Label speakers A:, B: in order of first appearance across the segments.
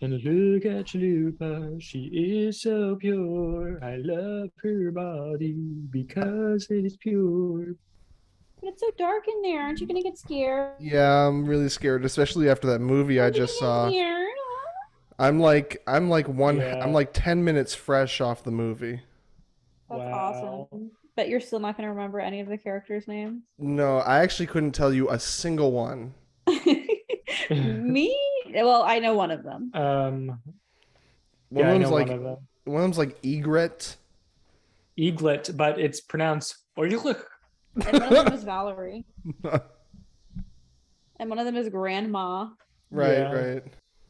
A: And look at Chalupa, she is so pure. I love her body because it is pure.
B: But it's so dark in there. Aren't you gonna get scared?
C: Yeah, I'm really scared, especially after that movie I just saw.
B: Scared?
C: I'm like I'm like one
A: Yeah.
C: I'm like 10 minutes fresh off the movie.
B: That's
A: Wow.
B: awesome. But you're still not gonna remember any of the characters' names.
C: No, I actually couldn't tell you a single one.
B: Me? Well, I know one of them.
A: Um,
C: One
A: yeah, I
C: of
A: know
C: them's like
A: one of
C: one,
A: them.
C: of them's like egret.
A: Eaglet, but it's pronounced Oiglet.
B: And one of them is Valerie. And one of them is Grandma.
C: Right,
A: Yeah.
C: right.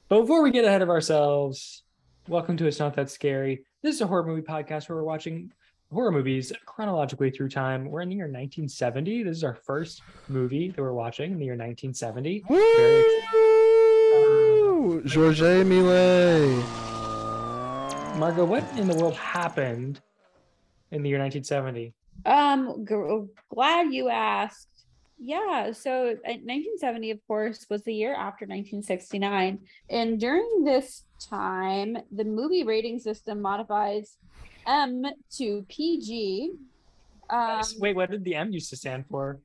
A: But before we get ahead of ourselves, welcome to It's Not That Scary. This is a horror movie podcast where we're watching horror movies chronologically through time. We're in the year 1970. This is our first movie that we're watching in the year 1970. Very
C: Woo! Georges Millet.
A: Margo, what in the world happened in the year 1970?
B: Um, gr- glad you asked. Yeah, so uh, 1970, of course, was the year after 1969. And during this time, the movie rating system modifies M to PG. Um,
A: Wait, what did the M used to stand for?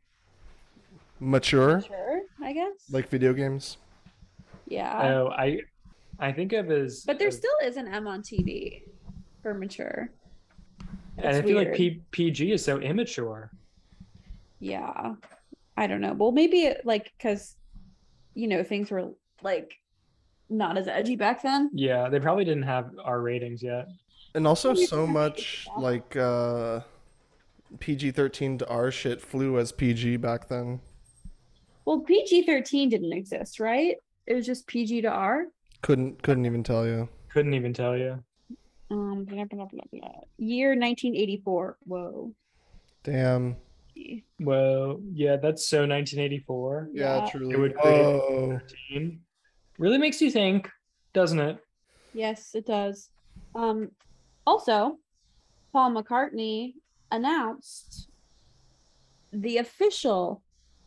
C: Mature,
B: sure, I guess.
C: like video games.
B: yeah.
A: Oh, I, I think of as.
B: but there
A: as-
B: still is an M on TV for mature.
A: and I
B: That's
A: feel like
B: weird.
A: P- PG is so immature.
B: Yeah. I don't know. Well, maybe it, like because you know things were like not as edgy back then.
A: Yeah, they probably didn't have our ratings yet.
C: And also
B: Oh, you
C: so
B: can
C: much
B: make it
C: like uh PG-13 to R shit flew as PG back then.
B: Well, PG 13 didn't exist, right? It was just PG to R.
C: Couldn't couldn't even tell you.
A: Couldn't even tell you.
B: Um, blah, blah, blah, blah. Year 1984. Whoa.
C: Damn.
A: Well, yeah, that's so 1984.
C: Yeah,
B: Yeah.
C: truly.
A: It would create-
C: Whoa.
A: 13. Really makes you think, doesn't it?
B: Yes, it does. Um, also, Paul McCartney announced the official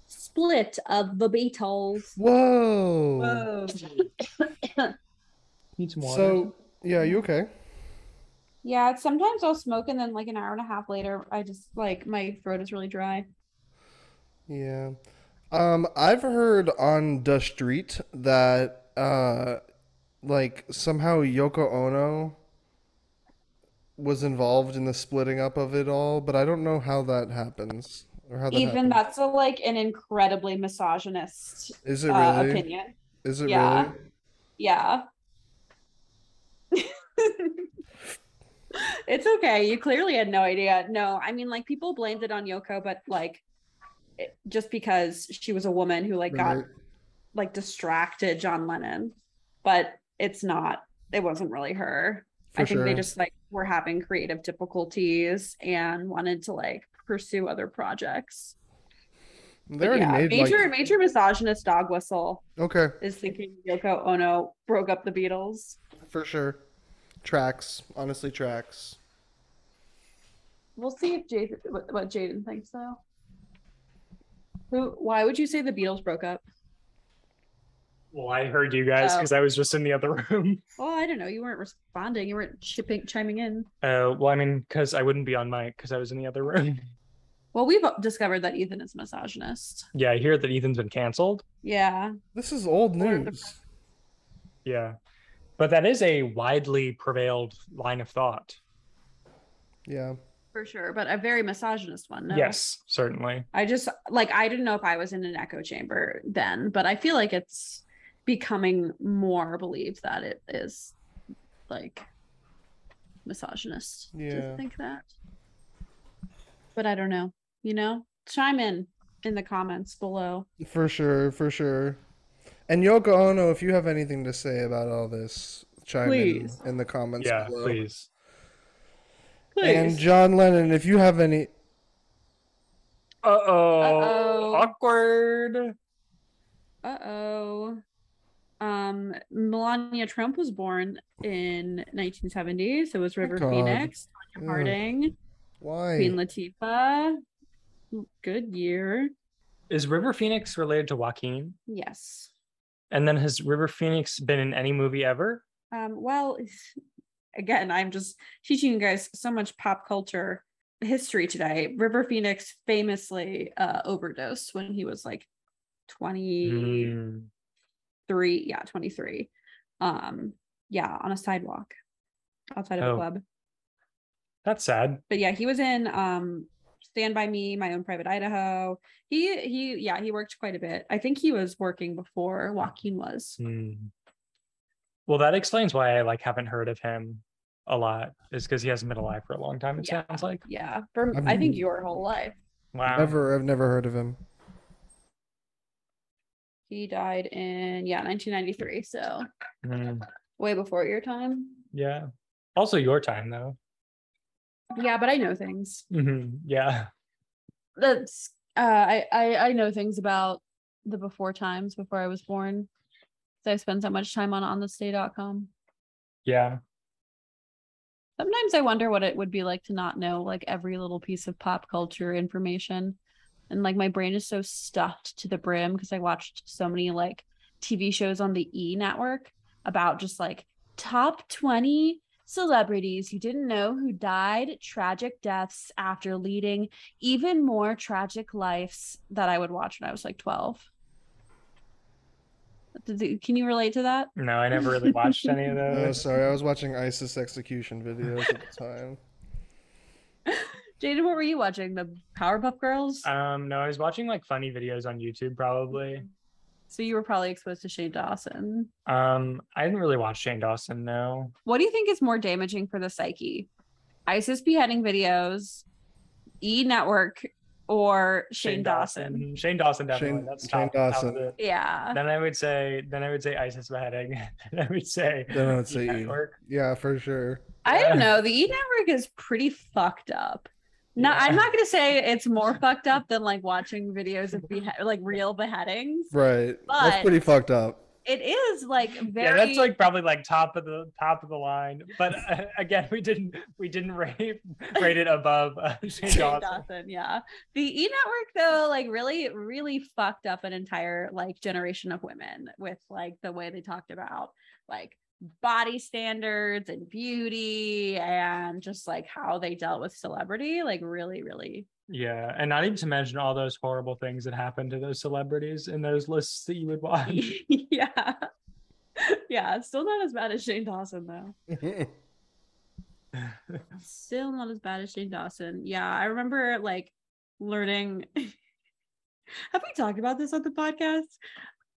B: split of the Beatles.
C: Whoa.
A: Need some water.
C: So yeah, you okay?
B: Yeah, it's- sometimes I'll smoke and then like an hour and a half later, I just like my throat is really dry.
C: Yeah. Um, I've heard on the street that uh, like somehow Yoko Ono was involved in the splitting up of it all, but I don't know how that happens or how that
B: Even
C: happened.
B: that's a, like an incredibly misogynist
C: Is it
B: uh,
C: really?
B: opinion.
C: Is it
B: Yeah.
C: really?
B: Yeah. it's okay. You clearly had no idea. No, I mean, like people blamed it on Yoko, but like it, just because she was a woman who like got
C: Right.
B: like distracted John Lennon, but it's not. It wasn't really her.
C: For
B: I think they
C: sure.
B: just like were having creative difficulties and wanted to like pursue other projects.
C: They
B: But
C: already
B: yeah,
C: made like
B: major major misogynist dog whistle
C: okay,
B: is thinking Yoko Ono broke up the Beatles.
C: for sure. Tracks, honestly, tracks.
B: We'll see if Jaden what, what Jaden thinks though. Who? Why would you say the Beatles broke up?
A: well, I heard you guys
B: Oh.
A: because I was just in the other room.
B: Well, I don't know. You weren't responding. You weren't chipping, chiming in.
A: Uh, well, I mean, because I wouldn't be on mic because I was in the other room.
B: Well, we've discovered that Ethan is misogynist.
A: yeah, I hear that Ethan's been canceled.
B: Yeah.
C: This is old
B: Or the-
C: news.
A: Yeah, but that is a widely prevailed line of thought.
C: Yeah.
B: For sure, but a very misogynist one. No?
A: Yes, certainly.
B: I just like I didn't know if I was in an echo chamber then, but I feel like it's becoming more believed that it is like misogynist. Do
C: Yeah.
B: you think that? But I don't know. You know, chime in in the comments below.
C: For sure, for sure. And Yoko Ono, if you have anything to say about all this, chime
B: Please.
C: in in the comments
A: Yeah,
C: below.
A: please.
C: And John Lennon, if you have any,
A: Uh oh.
B: Uh-oh.
A: Awkward.
B: Uh oh. Um, Melania Trump was born in 1970, so was River
C: Oh, God.
B: Phoenix, Tonya
C: Ugh.
B: Harding.
C: why?
B: Queen Latifah. Good year.
A: Is River Phoenix related to Joaquin?
B: Yes.
A: And then has River Phoenix been in any movie ever?
B: Um, well, again, I'm just teaching you guys so much pop culture history today. River Phoenix famously uh, overdosed when he was like 23.
A: Mm,
B: Yeah, 23. Um, yeah, on a sidewalk outside of
A: Oh.
B: a club.
A: that's sad.
B: But yeah, he was in um, Stand by Me, My Own Private Idaho. He he yeah, he worked quite a bit. I think he was working before Joaquin was.
A: Mm. Well, that explains why I like haven't heard of him a lot. Is because he hasn't been alive for a long time. It
B: Yeah.
A: sounds like.
B: Yeah, for
C: I've
B: I think
C: n-
B: your whole life.
A: Wow.
C: Never, I've never heard of him.
B: He died in yeah 1993, so
A: Mm,
B: way before your time.
A: yeah. Also, your time though.
B: Yeah, but I know things.
A: Mhm, Yeah.
B: That's uh, I, I I know things about the before times before I was born. 'cause I spend so much time on onthisday.com.
A: Yeah.
B: Sometimes I wonder what it would be like to not know like every little piece of pop culture information. And like my brain is so stuffed to the brim because I watched so many like TV shows on the E network about just like top 20 celebrities you didn't know who died tragic deaths after leading even more tragic lives that I would watch when I was like 12. Did you- Can you relate to that?
A: No, I never really watched any of
C: Oh,
A: those.
C: sorry, I was watching ISIS execution videos at the time.
B: Jaden, what were you watching? The Powerpuff Girls?
A: Um, no, I was watching like funny videos on YouTube probably.
B: So you were probably exposed to Shane Dawson.
A: Um, I didn't really watch Shane Dawson, no.
B: What do you think is more damaging for the psyche? ISIS beheading videos, E Network, or Shane, Dawson?
A: Shane Dawson definitely.
C: Shane-
A: That's
C: Shane
A: top, top of
C: Dawson.
A: it.
B: Yeah.
A: Then I would say then I would say ISIS beheading. then I would say
C: Then I would say E.
A: Network.
C: Yeah, for sure.
B: I don't
A: Yeah.
B: know. The E Network is pretty fucked up. No,
A: Yeah.
B: I'm not gonna say it's more fucked up than like watching videos of behe- like real beheadings.
C: Right.
B: But-
C: That's pretty fucked up.
B: It is like very
A: Yeah, that's like probably like top of the top of the line. But uh, again, we didn't we didn't rate rate it above uh, Shane,
B: Shane
A: Dawson.
B: Dawson, yeah. The E Network though, like really, really fucked up an entire like generation of women with like the way they talked about like body standards and beauty and just like how they dealt with celebrity. Like really, really.
A: Yeah, and not even to mention all those horrible things that happened to those celebrities in those lists that you would watch.
B: yeah. Yeah. Still not as bad as Shane Dawson though. still not as bad as Shane Dawson. Yeah, I remember like learning. Have we talked about this on the podcast?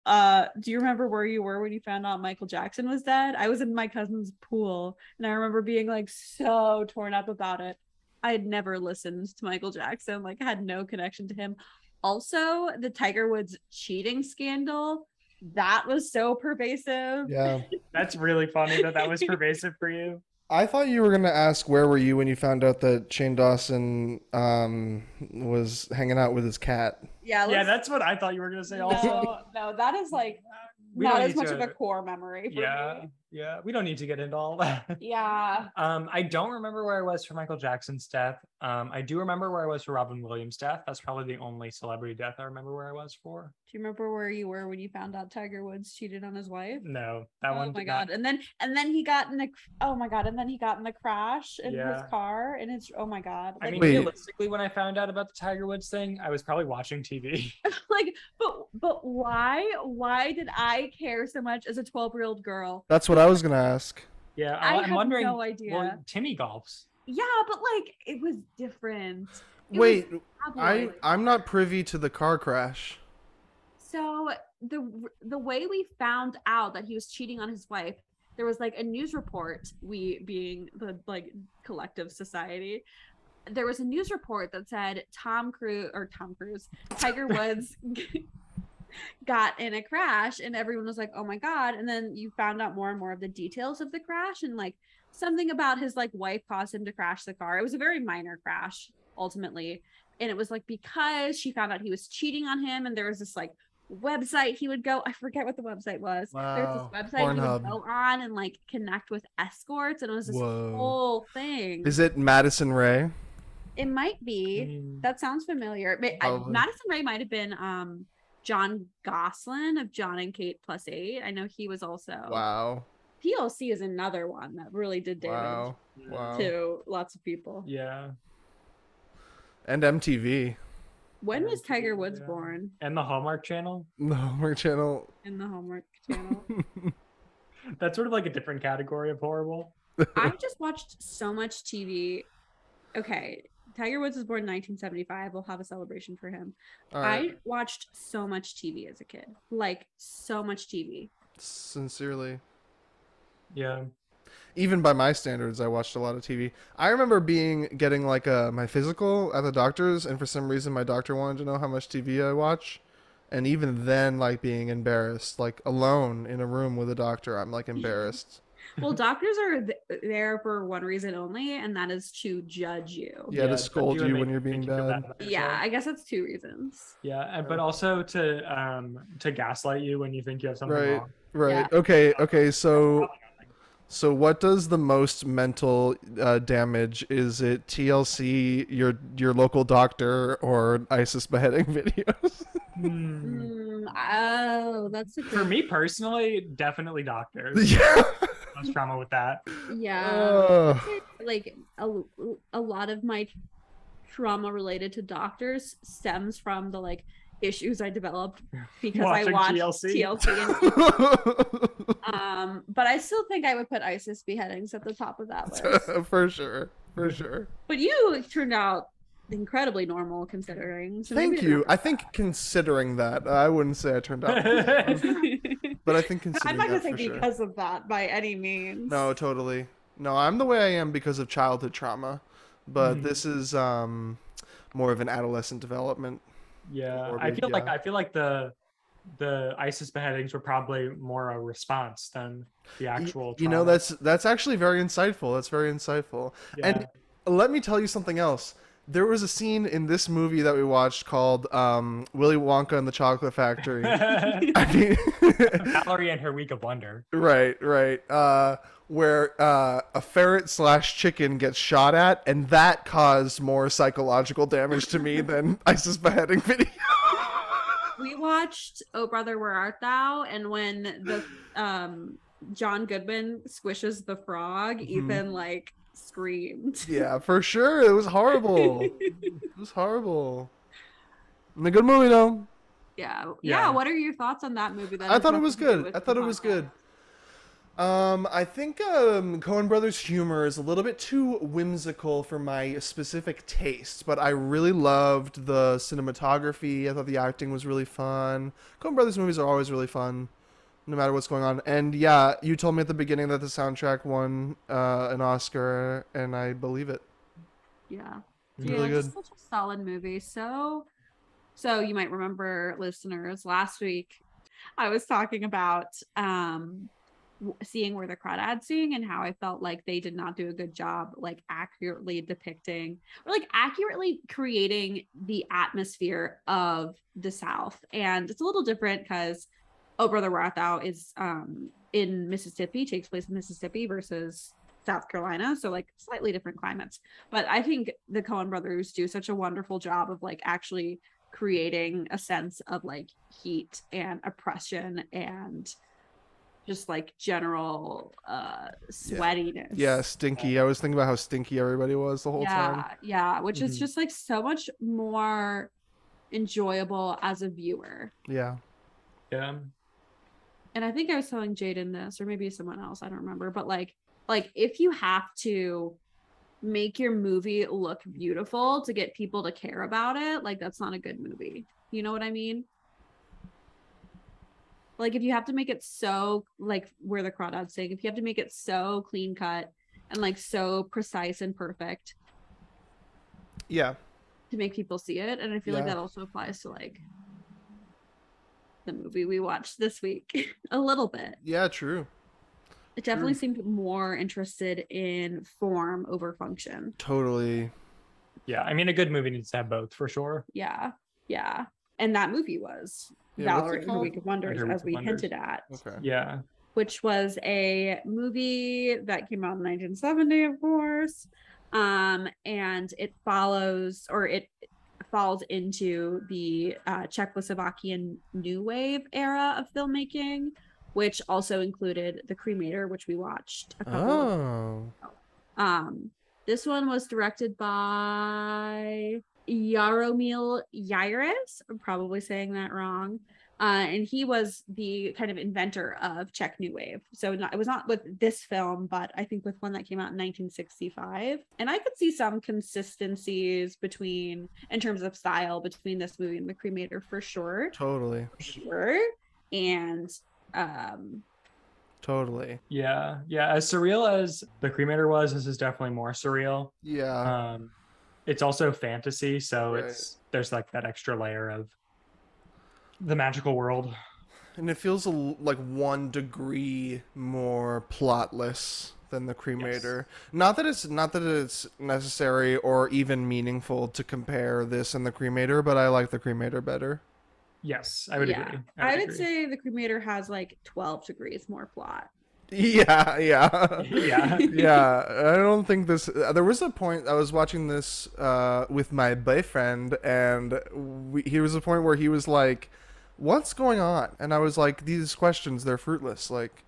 B: Uh, do you remember where you were when you found out Michael Jackson was dead? I was in my cousin's pool and I remember being like so torn up about it. I had never listened to Michael Jackson, like had no connection to him. Also, the Tiger Woods cheating scandal, that was so pervasive.
C: Yeah.
A: That's really funny that that was pervasive for you.
C: I thought you were gonna ask where were you when you found out that Shane Dawson um, was hanging out with his cat.
B: Yeah,
A: Yeah,
B: let's-
A: that's what I thought you were gonna say. Also,
B: no, no, that is like
A: We
B: not
A: don't
B: as
A: need
B: much of
A: to-
B: a core memory for
A: yeah,
B: me.
A: yeah, we don't need to get into all that.
B: Yeah.
A: Um, I don't remember where I was for Michael Jackson's death. Um, I do remember where I was for Robin Williams' death. That's probably the only celebrity death I remember where I was for.
B: Do you remember where you were when you found out Tiger Woods cheated on his wife?
A: No, that
B: oh
A: one.
B: my
A: did not-
B: god. And then and then he got in the oh my god, and then he got in the crash in
A: Yeah.
B: his car and it's oh my god.
A: I
B: Like,
A: mean,
C: Wait.
A: realistically, when I found out about the Tiger Woods thing, I was probably watching TV.
B: like but but why why did I care so much as a 12-year-old girl?
C: That's what I was gonna ask.
A: yeah, I,
B: I
A: am
B: have
A: wondering.
B: no idea.
A: Well, Timmy golfs.
B: yeah, but like it was different. It was
C: Wait, I
B: tabloid.
C: I'm not privy to the car crash.
B: So the the way we found out that he was cheating on his wife, there was like a news report. We being the like collective society, there was a news report that said Tom Cruise or Tom Cruise, Tiger Woods got in a crash, and everyone was like, "Oh my god!" And then you found out more and more of the details of the crash, and like something about his like wife caused him to crash the car. It was a very minor crash ultimately. And it was like because she found out he was cheating on him, and there was this like website he would go. I forget what the website was. There was
C: Wow.
B: this website he would
C: Pornhub.
B: go on and like connect with escorts, and it was this
C: Whoa.
B: whole thing.
C: Is it Madison Ray?
B: It might be.
A: Mm,
B: That sounds familiar. Ma- I-
C: Probably.
B: Madison Ray might have been um John Goslin of John and Kate plus eight. I know he was also
C: Wow.
B: PLC is another one that really did damage
C: Wow. Wow.
B: to lots of people.
A: Yeah.
C: And MTV.
B: When was
A: Yeah,
B: Tiger Woods
A: yeah.
B: born
A: And the Hallmark Channel.
C: The Homer Channel.
B: in the homework channel?
A: That's sort of like a different category of horrible.
B: I just watched so much TV. Okay. Tiger Woods was born in 1975. We'll have a celebration for him.
C: All right.
B: I watched so much TV as a kid. Like so much TV.
C: Sincerely.
A: Yeah.
C: Even by my standards, I watched a lot of TV. I remember being getting like uh my physical at the doctor's, and for some reason my doctor wanted to know how much TV I watch, and even then like being embarrassed, like alone in a room with a doctor, I'm like embarrassed.
B: Well, doctors are th- there for one reason only, and that is to judge you.
C: Yeah, to
A: it's
C: scold
A: like and
C: you when
A: make-
C: you're being
A: make you feel
C: bad.
A: about yourself.
B: Yeah, I guess that's two reasons.
A: Yeah, and, but also to um to gaslight you when you think you have something
C: Right.
A: wrong.
C: right.
B: Yeah.
C: Okay. Okay. So. So what does the most mental uh, damage? Is it TLC, your your local doctor, or ISIS beheading videos?
A: Hmm.
B: Mm, oh, that's a
A: For
B: good.
A: me personally, definitely doctors.
C: yeah.
A: Most trauma with that.
B: Yeah,
C: Ugh.
B: like a, a lot of my trauma related to doctors stems from the like issues I developed because
A: Watching
B: I watched
A: TLC.
B: TLC. and um but i still think i would put isis beheadings at the top of that list
C: for sure. For sure.
B: but you turned out incredibly normal considering so maybe
C: Thank
B: they're
C: you. I
B: not
C: think considering that, I wouldn't say I turned out,
B: that
A: yeah,
B: bad.
C: but I think
B: i'm
C: considering
B: not gonna
C: that
B: say
C: for sure.
B: because of that by any means
C: No, totally. No, I'm the way I am because of childhood trauma, but
B: Mm-hmm.
A: Mhm.
C: this is um more of an adolescent development.
A: I
C: Morbid,
A: feel like
C: yeah.
A: I feel like the the ISIS beheadings were probably more a response than the
C: Y-
A: actual.
C: You know,
A: trauma.
C: that's that's actually very insightful. That's very insightful. And let me tell you something else. There was a scene in this movie that we watched called um, Willy Wonka and the Chocolate Factory.
A: Yeah.
C: I mean,
A: Valerie and her week of wonder.
C: Right, right. Uh, where uh, a ferret slash chicken gets shot at, and that caused more psychological damage to me than ISIS beheading video.
B: we watched oh brother where art thou and when the um john goodman squishes the frog
C: Mhm.
B: ethan like screamed
C: yeah, for sure. It was horrible. it was horrible. And a good movie though.
B: yeah. yeah
A: Yeah.
B: what are your thoughts on that movie that
C: I
B: has
C: thought
B: nothing
C: it was
B: to do
C: good.
B: with
C: I
B: the
C: thought it was
B: podcast?
C: good. Um, I think um, Coen Brothers humor is a little bit too whimsical for my specific taste, but I really loved the cinematography. I thought the acting was really fun. Coen Brothers movies are always really fun, no matter what's going on. And yeah, you told me at the beginning that the soundtrack won uh, an Oscar, and I believe it.
B: yeah
C: It's
B: Yeah,
C: really good.
B: just Such a solid movie. So, so you might remember, listeners, last week I was talking about um w- seeing where the crawdads sing and how I felt like they did not do a good job, like accurately depicting or like accurately creating the atmosphere of the South. And it's a little different because Oh Brother Where Art Thou is um in Mississippi, takes place in Mississippi versus South Carolina, so like slightly different climates but I think the Cohen brothers do such a wonderful job of like actually creating a sense of like heat and oppression and just like general uh sweatiness.
C: Yeah, stinky. I was thinking about how stinky everybody was the whole
B: yeah,
C: time. Mm-hmm.
B: yeah, which is
A: Mhm.
B: just like so much more enjoyable as a viewer.
C: Yeah.
A: Yeah.
B: and I think I was telling Jaden this, or maybe someone else, I don't remember, but like, like if you have to make your movie look beautiful to get people to care about it, like that's not a good movie. You know what I mean? Like if you have to make it so like where the crawdads sing, if you have to make it so clean cut and like so precise and perfect
C: Yeah.
B: to make people see it, and I feel like
C: Yeah.
B: that also applies to like the movie we watched this week a little bit.
C: Yeah, true.
B: It definitely seemed more interested in form over function.
C: Totally.
A: Yeah. I mean, a good movie needs to have both for sure.
B: Yeah. Yeah. And that movie was
C: Yeah, what's
B: Valerie
C: it
B: and the
C: called?
B: Week of Wonders,
A: Under Week
B: as
A: of
B: we
A: Wonders.
B: hinted at,
C: Okay.
A: Yeah.
B: which was a movie that came out in 1970, of course. Um, and it follows or it falls into the uh, Czechoslovakian new wave era of filmmaking, which also included The Cremator, which we watched a couple of
C: Oh.
B: um, this one was directed by Yaromil Yaris. I'm probably saying that wrong. Uh, and he was the kind of inventor of Czech New Wave. So not, it was not with this film, but I think with one that came out in 1965. And I could see some consistencies between, in terms of style, between this movie and The Cremator for sure.
C: Totally.
B: For sure. And um,
C: Totally.
A: Yeah, yeah. As surreal as the cremator was, this is definitely more surreal.
C: Yeah.
A: Um, it's also fantasy, so
C: Uh-huh. Right.
A: it's there's like that extra layer of the magical world.
C: And it feels a l like one degree more plotless than the cremator. Not that it's not that it's necessary or even meaningful to compare this and the cremator, but I like the cremator better.
A: Yes, I would
B: Yeah.
A: agree.
B: I would
A: agree.
B: say The Cremator has like 12 degrees more plot.
C: Yeah, yeah.
A: yeah.
C: yeah, I don't think this. uh, There was a point I was watching this uh, with my boyfriend, and we, he was a point where he was like, "What's going on?" And I was like, "These questions, they're fruitless." Like,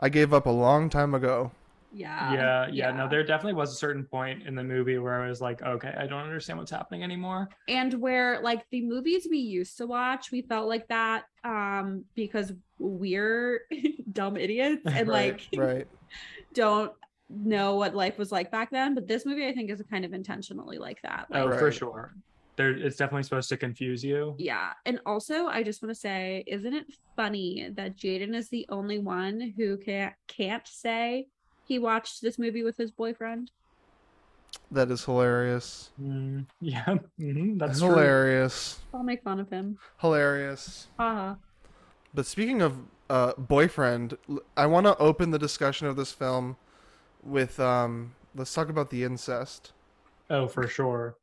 C: I gave up a long time ago.
B: uh, yeah
A: Yeah, yeah. No, there definitely was a certain point in the movie where I was like, okay, I don't understand what's happening anymore.
B: and where like the movies we used to watch we felt like that um because we're dumb idiots and
C: Right,
B: like
C: right.
B: don't know what life was like back then but this movie i think is kind of intentionally like that like,
A: Oh, for
C: Right.
A: sure. There, it's definitely supposed to confuse you.
B: yeah and also i just want to say isn't it funny that jaden is the only one who can't can't say he watched this movie with his boyfriend
C: That is hilarious.
A: Mm, yeah, mhm, that's true.
C: hilarious.
B: i'll make fun of him
C: Hilarious.
B: uh-huh.
C: But speaking of uh, boyfriend, l- I want to open the discussion of this film with um. Let's talk about the incest.
A: Oh, for sure.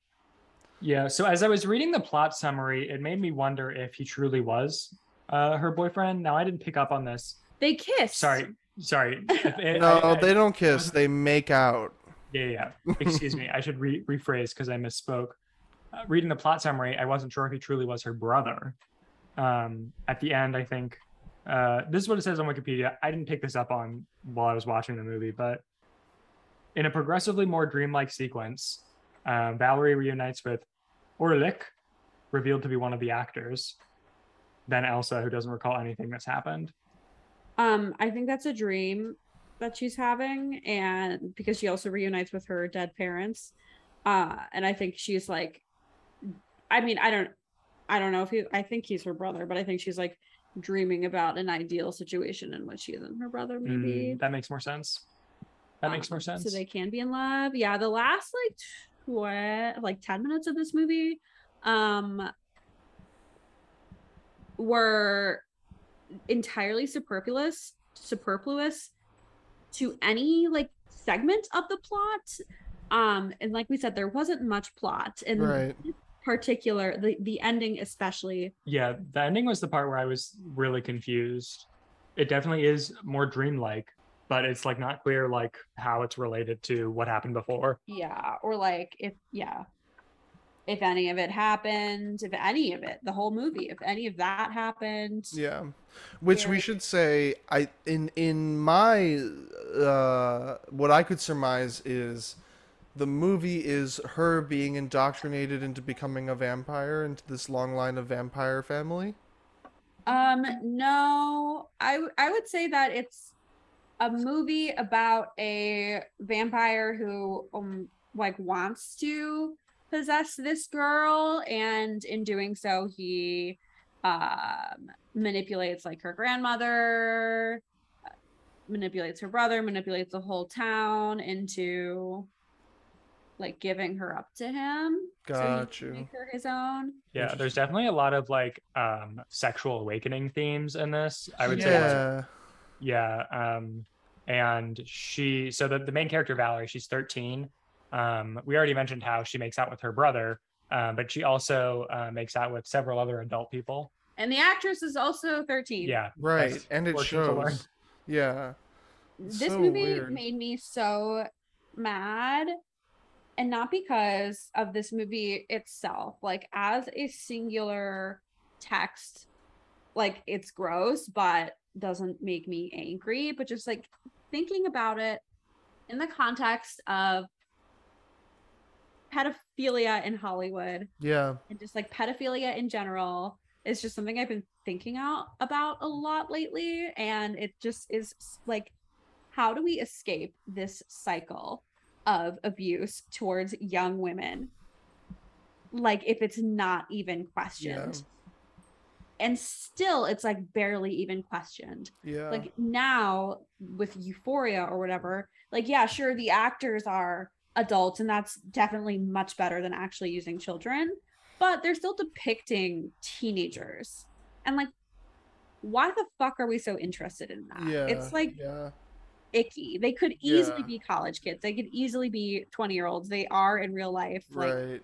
A: Yeah. So as I was reading the plot summary, it made me wonder if he truly was uh, her boyfriend. Now I didn't pick up on this.
B: they kissed
A: Sorry, sorry. If it-
C: No,
A: I- I-
C: they don't kiss. They make out.
A: Yeah, yeah, yeah. Excuse me. I should re- rephrase because I misspoke. Uh, reading the plot summary, I wasn't sure if he truly was her brother. Um, at the end, I think uh, this is what it says on Wikipedia. I didn't pick this up on while I was watching the movie, but in a progressively more dreamlike sequence, um, Valerie reunites with Orlik, revealed to be one of the actors, then Elsa, who doesn't recall anything that's happened.
B: Um, I think that's a dream that she's having, and because she also reunites with her dead parents, uh, and I think she's like, I mean, I don't, I don't know if he, I think he's her brother, but I think she's like dreaming about an ideal situation in which she isn't her brother, maybe.
A: Mm, that makes more sense. That makes
B: Um,
A: more sense.
B: So they can be in love. Yeah, the last like what like 10 minutes of this movie um were entirely superfluous superfluous to any like segment of the plot. Um and like we said there wasn't much plot in
C: Right.
B: particular the the ending especially.
A: yeah the ending was the part where i was really confused it definitely is more dreamlike but it's like not clear like how it's related to what happened before
B: Yeah, or like if yeah. If any of it happened, if any of it, the whole movie, if any of that happened.
C: Yeah. Which we
B: Very-
C: should say I in in my uh what I could surmise is the movie is her being indoctrinated into becoming a vampire into this long line of vampire family.
B: Um, no, I w- I would say that it's a movie about a vampire who um like wants to possess this girl, and in doing so, he um manipulates like her grandmother, uh, manipulates her brother, manipulates the whole town into like giving her up to him. so he can
C: Got you.
B: Make her his own.
A: yeah there's definitely a lot of like um sexual awakening themes in this i would say that's-
C: yeah.
A: yeah um and she so the, the main character valerie she's 13 um we already mentioned how she makes out with her brother uh, but she also uh, makes out with several other adult people
B: And the actress is also 13.
A: yeah
C: Right.
A: that's
C: And it
A: fortune for her.
C: shows. Yeah.
B: this
C: So
B: movie
C: weird.
B: made me so mad and not because of this movie itself like as a singular text like it's gross but doesn't make me angry but just like thinking about it in the context of pedophilia in hollywood
C: Yeah.
B: and just like pedophilia in general is just something I've been thinking out about a lot lately. And it just is s- like, how do we escape this cycle of abuse towards young women? Like, if it's not even questioned. And still, it's like barely even questioned
C: Yeah.
B: like now with euphoria or whatever like yeah sure the actors are adults and that's definitely much better than actually using children but they're still depicting teenagers and like why the fuck are we so interested in that
C: yeah.
B: it's like
C: yeah.
B: icky they could easily
C: Yeah.
B: be college kids they could easily be 20 year olds they are in real life like
C: right.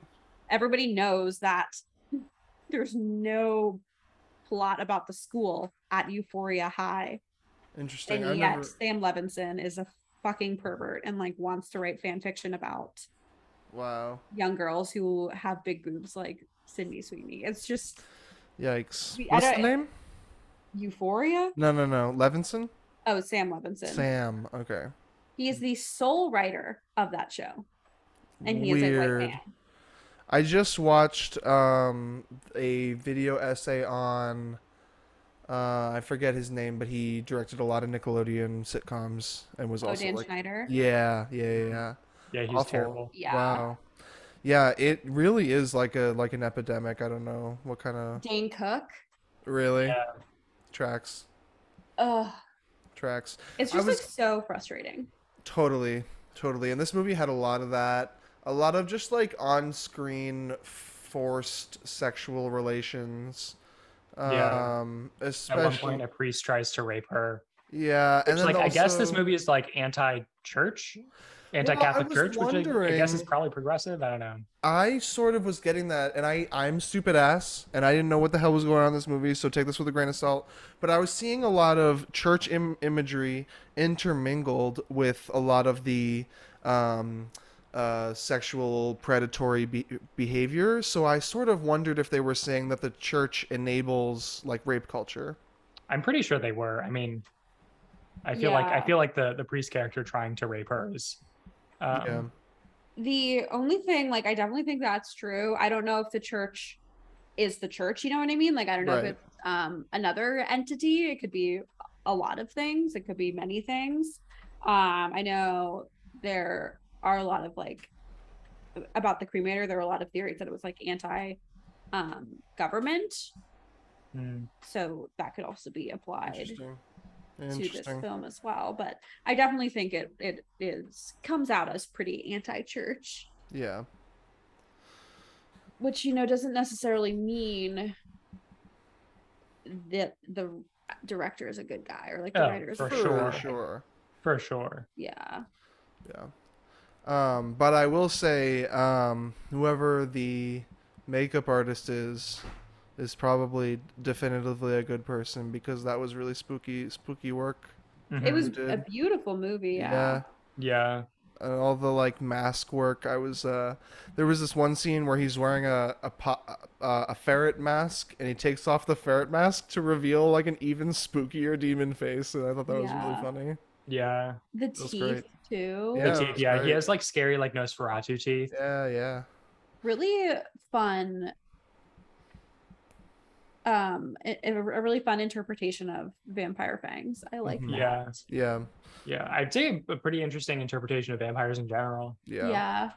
B: everybody knows that there's no plot about the school at euphoria high
C: Interesting. I
B: and yet
C: never-
B: Sam Levinson is a fucking pervert and like wants to write fan fiction about
C: Wow.
B: young girls who have big boobs like Sydney Sweeney. It's just
C: Yikes.
B: We- I
C: What's the
B: don't-
C: name?
B: euphoria.
C: No, no, no. Levinson?
B: Oh, Sam Levinson.
C: Sam. Okay.
B: He is the sole writer of that show. And he is a white
C: Weird.
B: man.
C: I just watched um, a video essay on uh, I forget his name, but he directed a lot of Nickelodeon sitcoms and was
B: Oh,
C: also
B: Dan
C: like
B: Schneider.
C: yeah, yeah, yeah, yeah.
A: Yeah, he's
C: Awful.
A: terrible.
B: Yeah.
C: Wow. Yeah, it really is like a like an epidemic. I don't know what kind of
B: Dane Cook.
C: really
A: Yeah.
C: tracks
B: Ugh.
C: tracks.
B: It's
C: I
B: just
C: was-
B: like so frustrating.
C: Totally, totally. And this movie had a lot of that. A lot of just like on screen forced sexual relations.
A: Yeah.
C: Um
A: At
C: especially
A: one point, a priest tries to rape her.
C: Yeah.
A: Which,
C: and then
A: like, I guess this
C: also-
A: movie is like anti-church, anti-Catholic
C: was
A: church, which I, I guess is
C: wondering-
A: probably progressive. I don't know.
C: I sort of was getting that, and I I'm stupid ass, and I didn't know what the hell was going on in this movie, so take this with a grain of salt. But I was seeing a lot of church Im- imagery intermingled with a lot of the um, uh, sexual predatory be- behavior. So I sort of wondered if they were saying that the church enables like rape culture.
A: I'm pretty sure they were. I mean, I feel like I
B: Yeah.
A: feel like the the priest character trying to rape her is. Um,
B: Uh-huh.
C: yeah.
B: The only thing, like, I definitely think that's true. I don't know if the church is the church, you know what I mean? Like, I don't know
C: Right.
B: if it's um, another entity. It could be a lot of things, it could be many things. Um, I know there are a lot of like about the cremator, there were a lot of theories that it was like anti um, government.
A: hmm.
B: So that could also be applied
C: Interesting.
B: to this
C: Interesting.
B: film as well. But I definitely think it it is comes out as pretty anti church.
C: Yeah.
B: which you know doesn't necessarily mean that the director is a good guy or like the
A: Oh,
B: writer is a
A: for
B: good
A: sure.
C: For
B: guy.
C: sure.
A: for sure.
B: yeah
C: Yeah. Um, but I will say, um, whoever the makeup artist is, is probably definitively a good person because that was really spooky, spooky work.
B: it
A: Mhm.
B: was
C: Dude.
B: a beautiful movie yeah,
A: yeah.
C: And all the like mask work. I was, uh, there was this one scene where he's wearing a, a, po- uh, a ferret mask and he takes off the ferret mask to reveal like an even spookier demon face. And I thought
B: Yeah.
C: that was really funny.
A: Yeah.
B: the
C: was
B: teeth
C: great.
B: too
A: The
C: Yeah, it
A: teeth,
C: was
A: yeah. He
C: great.
A: has like scary like Nosferatu teeth.
C: Yeah. Yeah.
B: really fun um a, a a really fun interpretation of vampire fangs i like
C: Mhm.
B: that.
A: Yeah.
C: Yeah.
A: Yeah. I'd say a pretty interesting interpretation of vampires in general.
C: Yeah.
B: yeah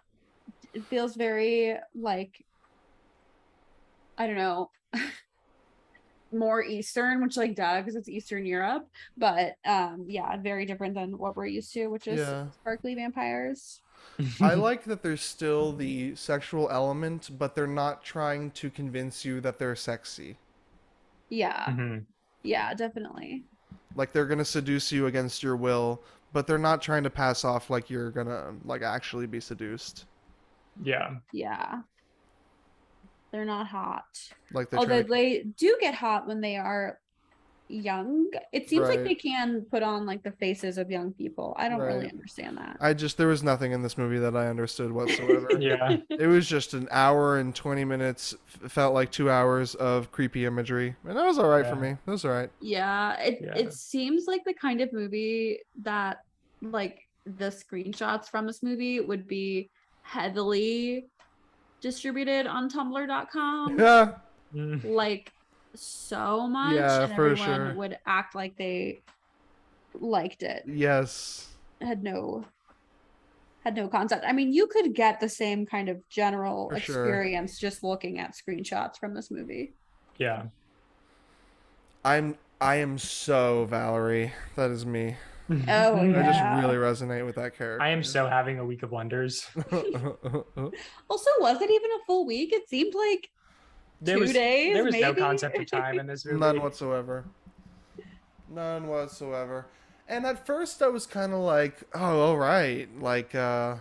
B: it feels very like i don't know more eastern which like duh because it's eastern europe but um yeah very different than what we're used to which is
C: Yeah.
B: sparkly vampires
C: I like that there's still the sexual element, but they're not trying to convince you that they're sexy.
B: yeah
A: Mhm.
B: yeah definitely
C: Like they're gonna seduce you against your will, but they're not trying to pass off like you're gonna like actually be seduced.
A: Yeah.
B: yeah they're not hot
C: Like they're
B: although
C: trying to...
B: they do get hot when they are young. It seems like
C: Right.
B: they can put on like the faces of young people. I don't really
C: Right.
B: understand that.
C: I just there was nothing in this movie that I understood whatsoever.
A: Yeah.
C: It was just an hour and 20 minutes f- felt like 2 hours of creepy imagery. And that was all right for
A: Yeah.
C: me. That was all right.
B: Yeah, it
A: Yeah.
B: it seems like the kind of movie that like the screenshots from this movie would be heavily distributed on tumblr.com
C: Yeah.
A: Mm.
B: like so much
C: Yeah,
B: and
C: for
B: everyone
C: sure.
B: would act like they liked it.
C: Yes.
B: Had no had no concept. I mean, you could get the same kind of general
C: For sure.
B: experience just looking at screenshots from this movie.
A: Yeah.
C: I'm I am so Valerie. That is me.
B: Oh,
C: I
B: yeah.
C: just really resonate with that character.
A: I am so having a week of wonders.
B: Also, was it even a full week? It seemed like
A: There
B: two
A: was
B: days.
A: there was no
B: maybe?
A: concept of time in this movie.
C: None whatsoever. None whatsoever. And at first I was kind of like, oh, all right, like uh,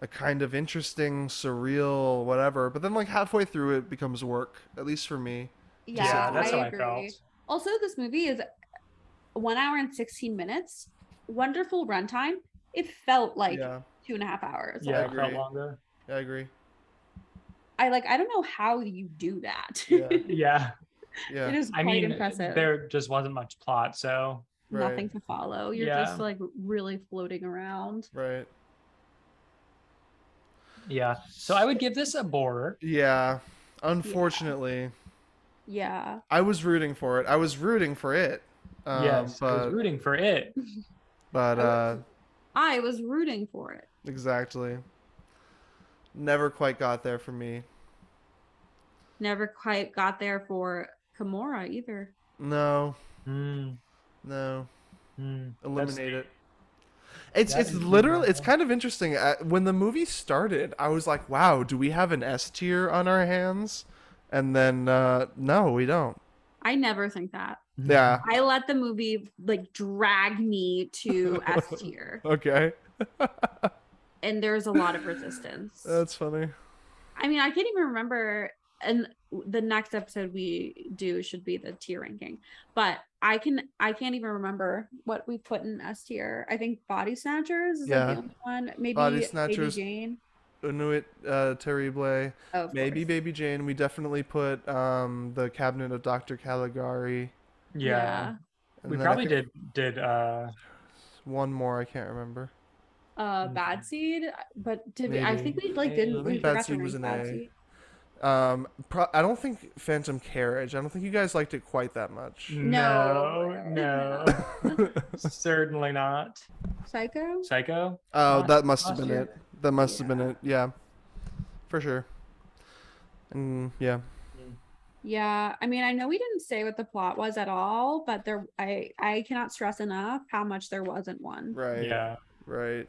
C: a kind of interesting, surreal, whatever. But then, like halfway through, it becomes work. At least for me.
B: yeah,
C: Yeah,
A: that's
B: I
A: how I
B: agree.
A: felt.
B: Also, this movie is one hour and sixteen minutes. Wonderful runtime. It felt like
C: yeah,
B: two and a half hours.
A: yeah,
C: I
B: Like,
A: it felt
C: agree.
A: longer.
C: I agree.
B: I like. I don't know how you do that.
C: Yeah,
A: Yeah.
C: yeah.
B: it is quite
A: I mean,
B: impressive.
A: there just wasn't much plot, so
C: right,
B: Nothing to follow. You're
A: Yeah.
B: just like really floating around.
C: Right.
A: yeah. So I would give this a borer.
C: Yeah. Unfortunately,
B: Yeah.
C: I was rooting for it. I was rooting for it. Um,
A: yes, I
C: but
A: was rooting for it.
C: but
B: I
C: uh,
B: was- I was rooting for it.
C: exactly. Never quite got there for me.
B: Never quite got there for Kimura either.
C: No,
A: Mm,
C: no.
A: mm.
C: eliminate it. It's
A: that
C: it's
A: is the
C: literally it's
A: level.
C: kind of interesting. Uh, When the movie started, I was like, "Wow, do we have an S tier on our hands?" And then uh, no, we don't.
B: I never think that.
A: Mm-hmm.
C: Yeah.
B: I let the movie like drag me to S tier.
C: Okay.
B: and there's a lot of resistance.
C: That's funny.
B: I mean, I can't even remember. And the next episode we do should be the tier ranking, but I can I can't even remember what we put in S tier. I think Body Snatchers is
C: Yeah.
B: like the only one. Maybe
C: Body
B: Baby
C: Snatchers.
B: Jane.
C: Inuit uh, terrible.
B: Oh, of
C: Maybe
B: course.
C: Baby Jane. We definitely put um, the Cabinet of Dr. Caligari.
B: Uh,
A: Yeah.
C: And
A: We
C: then I
A: probably
C: think
A: did did uh
C: one more. I can't remember.
B: Uh,
A: Mhm.
B: Bad Seed, but did we, I
C: Maybe.
B: think we like
A: I
B: didn't
A: think
B: we
C: Bad
B: forgot to
C: Seed was
B: rank
C: an
B: Bad
C: A.
B: Seed?
C: Um, pro- I don't think Phantom Carriage. I don't think you guys liked it quite that
B: Mm.
C: much.
A: no,
B: No.
A: no, certainly not.
B: Psycho.
A: Psycho.
C: Oh,
A: Last-
C: that must have
A: last
C: been
A: year.
C: it. That must have been
B: Yeah.
C: it. Yeah, for sure. And yeah,
B: Yeah, I mean, I know we didn't say what the plot was at all, but there, I, I cannot stress enough how much there wasn't one.
C: right,
A: Yeah,
C: right.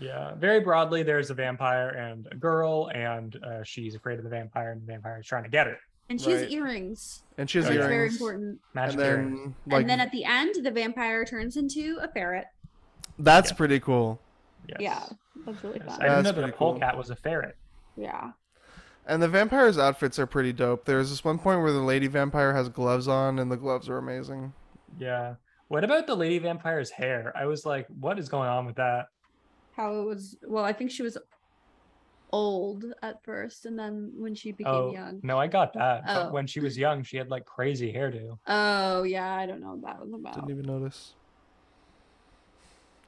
A: yeah. Very broadly, there's a vampire and a girl, and uh, she's afraid of the vampire, and the vampire is trying to get her.
B: And she has
C: Right.
B: earrings.
C: And she has
A: Oh,
B: which
A: yeah.
B: is very
C: earrings.
B: important.
A: Magic
C: And
A: earrings.
C: then like
B: and then at the end, the vampire turns into a ferret.
C: that's
A: Yeah.
C: pretty cool.
A: Yes.
B: Yeah, that's really
A: Yes.
B: fun.
A: I didn't know
C: That's
A: that a
C: pretty cool.
A: polecat was a ferret.
B: yeah.
C: And the vampires' outfits are pretty dope. There's this one point where the lady vampire has gloves on, and the gloves are amazing.
A: Yeah. What about the lady vampire's hair? I was like, what is going on with that?
B: How it was. Well, I think she was old at first, and then when she became
A: oh,
B: young.
A: no, I got that.
B: Oh.
A: But when she was young, she had like crazy hairdo.
B: Oh yeah, I don't know what that was about.
C: Didn't even notice.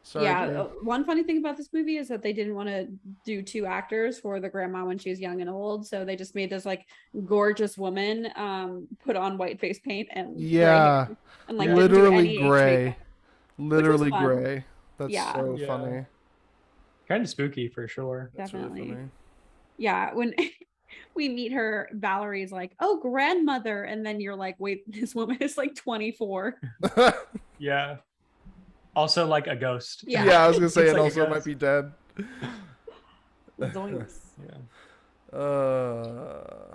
C: Sorry.
B: yeah,
C: Jay.
B: uh, one funny thing about this movie is that they didn't want to do two actors for the grandma when she was young and old, so they just made this like gorgeous woman um put on white face paint and gray
C: Yeah,
B: hair and like didn't do
C: literally
B: any age
C: gray,
B: makeup.
C: literally
B: fun.
C: gray. That's
B: Yeah.
C: so
A: Yeah.
C: funny.
A: Kind of spooky for sure.
C: That's really
B: Definitely.
C: funny.
B: Yeah, when we meet her, Valerie's like, "Oh, grandmother," and then you're like, "Wait, this woman is like 24."
A: Yeah. Also, like a ghost.
B: Yeah.
C: yeah. I was gonna say
A: It's
C: it
A: like a
C: also might
A: ghost.
C: be dead.
B: Zoinks.
A: Yeah.
C: Uh,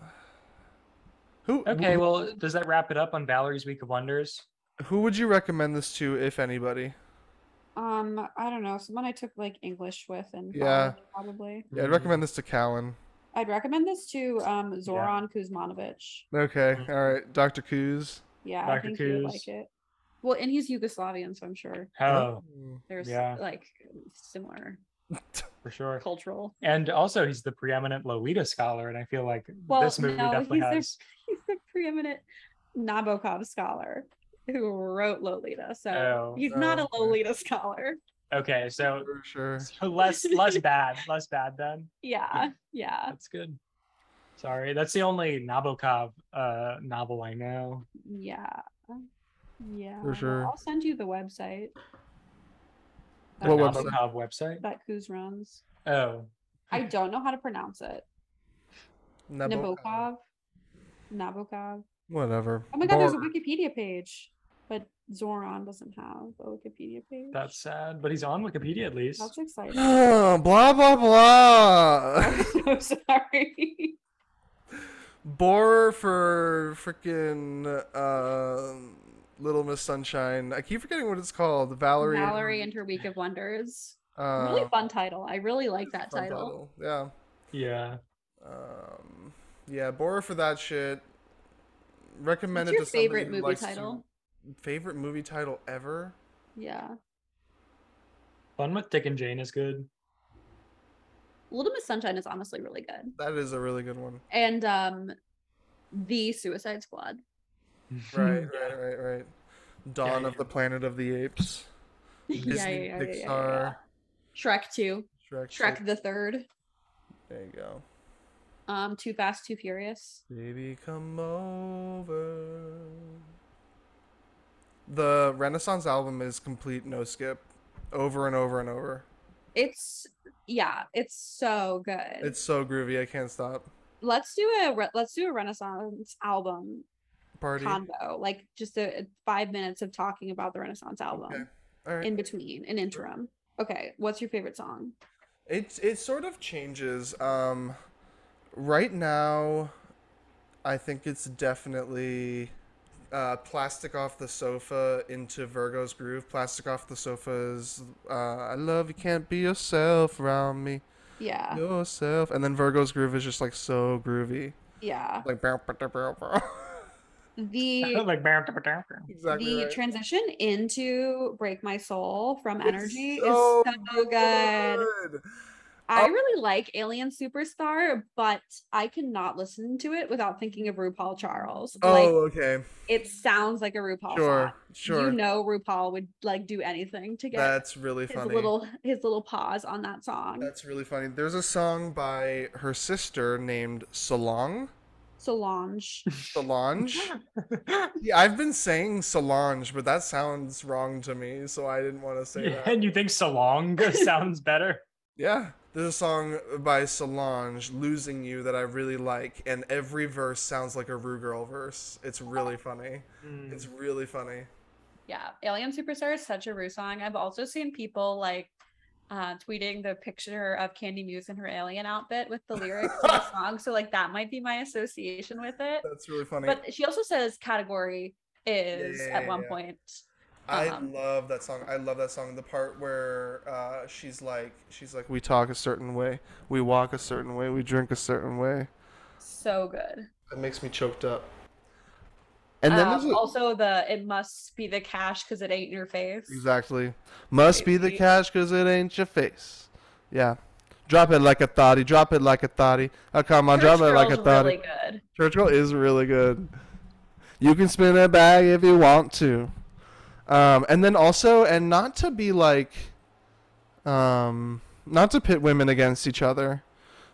C: who
A: Okay. Well, does that wrap it up on Valerie's Week of Wonders?
C: Who would you recommend this to, if anybody?
B: Um, I don't know. Someone I took like English with and
C: Yeah.
B: probably.
C: Yeah, I'd
A: Mm.
C: recommend this to Cowan.
B: I'd recommend this to um Zoran Kuzmanovich.
A: Mm-hmm.
C: Okay, all right, Doctor Kuz.
B: Yeah, I
A: Dr.
B: think you would
A: Kuz.
B: like it. Well, and he's Yugoslavian, so I'm sure
C: Uh-huh.
A: Oh,
B: there's
A: Yeah.
B: like similar
A: for sure.
B: cultural.
A: And also, he's the preeminent Lolita scholar, and I feel like
B: Well,
A: this movie
B: no,
A: definitely
B: he's the-
A: has.
B: He's the preeminent Nabokov scholar who wrote Lolita, so
A: Oh,
B: he's not a
C: okay.
B: Lolita scholar.
A: Okay, so
C: for Mm, sure.
A: so less less bad, less bad then.
B: Yeah, yeah.
A: That's good. Sorry, that's the only Nabokov uh, novel I know.
B: Yeah. Yeah.
C: For sure.
B: I'll send you the website.
A: The
C: What
B: That-
C: website?
A: Nabokov website?
B: That Kuz runs.
A: Oh,
B: I don't know how to pronounce it.
C: Nabokov.
B: Nabokov. Nabokov.
C: Whatever.
B: Oh my god, there's a
C: Bar-
B: Wikipedia page, but Zoran doesn't have a Wikipedia page.
A: that's sad, but he's on Wikipedia at least.
B: That's exciting.
C: blah blah blah.
B: I'm so sorry.
C: Bore for freaking um Little Miss Sunshine. I keep forgetting what it's called. Valerie. and-
B: Valerie and her Week of Wonders.
C: uh,
B: really fun title. I really like that
C: fun
B: title.
C: Yeah.
A: Yeah.
C: Um, yeah. Bore for that shit. Recommend
B: What's
C: it
B: your
C: to somebody
B: favorite
C: who
B: movie
C: likes to-
B: title?
C: Favorite movie title ever?
B: Yeah.
A: Fun with Dick and Jane is good.
B: Little Miss Sunshine is honestly really good.
C: That is a really good one.
B: And um The Suicide Squad.
C: Right, right, right, right. Dawn of
A: yeah.
C: the Planet of the Apes. Disney, Pixar,
B: Shrek 2.
C: Shrek.
B: Shrek
C: six.
B: the Third.
C: There you go.
B: Um, Too Fast, Too Furious.
C: Baby, come over. The Renaissance album is complete no skip, over and over and over.
B: It's yeah, it's so good.
C: It's so groovy. I can't stop.
B: let's do a re- let's do a Renaissance album
C: Party.
B: combo, like just a, a five minutes of talking about the Renaissance album
C: Okay. All right.
B: in between, an interim. Okay, what's your favorite song?
C: It's it sort of changes. Um, right now, I think it's definitely uh, plastic off the sofa into Virgo's groove. Plastic off the sofa is uh, I love you can't be yourself around me
B: Yeah,
C: yourself, and then Virgo's groove is just like so groovy,
B: yeah.
C: like bow, bow, bow, bow, bow.
B: The
A: like, bam, bam, bam, bam.
C: exactly
B: the
C: right.
B: transition into "Break My Soul" from
C: It's
B: Energy
C: so
B: is so good.
C: good.
B: I
C: Oh.
B: really like Alien Superstar, but I cannot listen to it without thinking of RuPaul Charles.
C: Oh,
B: Like
C: okay,
B: it sounds like a RuPaul
C: sure,
B: song.
C: sure.
B: You know RuPaul would like do anything to get
C: That's really
B: his
C: funny.
B: little his little paws on that song.
C: That's really funny. There's a song by her sister named Solange.
B: Solange.
C: Solange. yeah, I've been saying Solange, but that sounds wrong to me, so I didn't want to say that.
A: And you think Salonga sounds better?
C: Yeah. There's a song by Solange, Losing You, that I really like, and every verse sounds like a Rue Girl verse. It's
A: Oh.
C: really funny.
A: Hmm.
C: It's really funny.
B: yeah. Alien Superstar is such a Rue song. I've also seen people like uh, tweeting the picture of Candy Muse in her alien outfit with the lyrics to the song. So like that might be my association with it.
C: That's really funny.
B: But she also says category is
C: yeah,
B: at
C: yeah,
B: one
C: yeah.
B: point.
C: I
A: uh-huh.
B: Um,
C: love that song. I love that song. The part where uh, she's like, she's like, we talk a certain way, we walk a certain way, we drink a certain way.
B: So good.
C: That makes me choked up. And then
B: Um,
C: there's a-
B: also the it must be the cash because it ain't in your face.
C: exactly must be the
B: Crazy.
C: cash because it ain't your face. Yeah, drop it like a thotty, drop it like a thotty. Oh come on,
B: Church
C: drop it like a
B: Girl's
C: thotty.
B: really good.
C: Church girl is really good. You can spin a bag if you want to. Um, and then also, and not to be like, um, not to pit women against each other,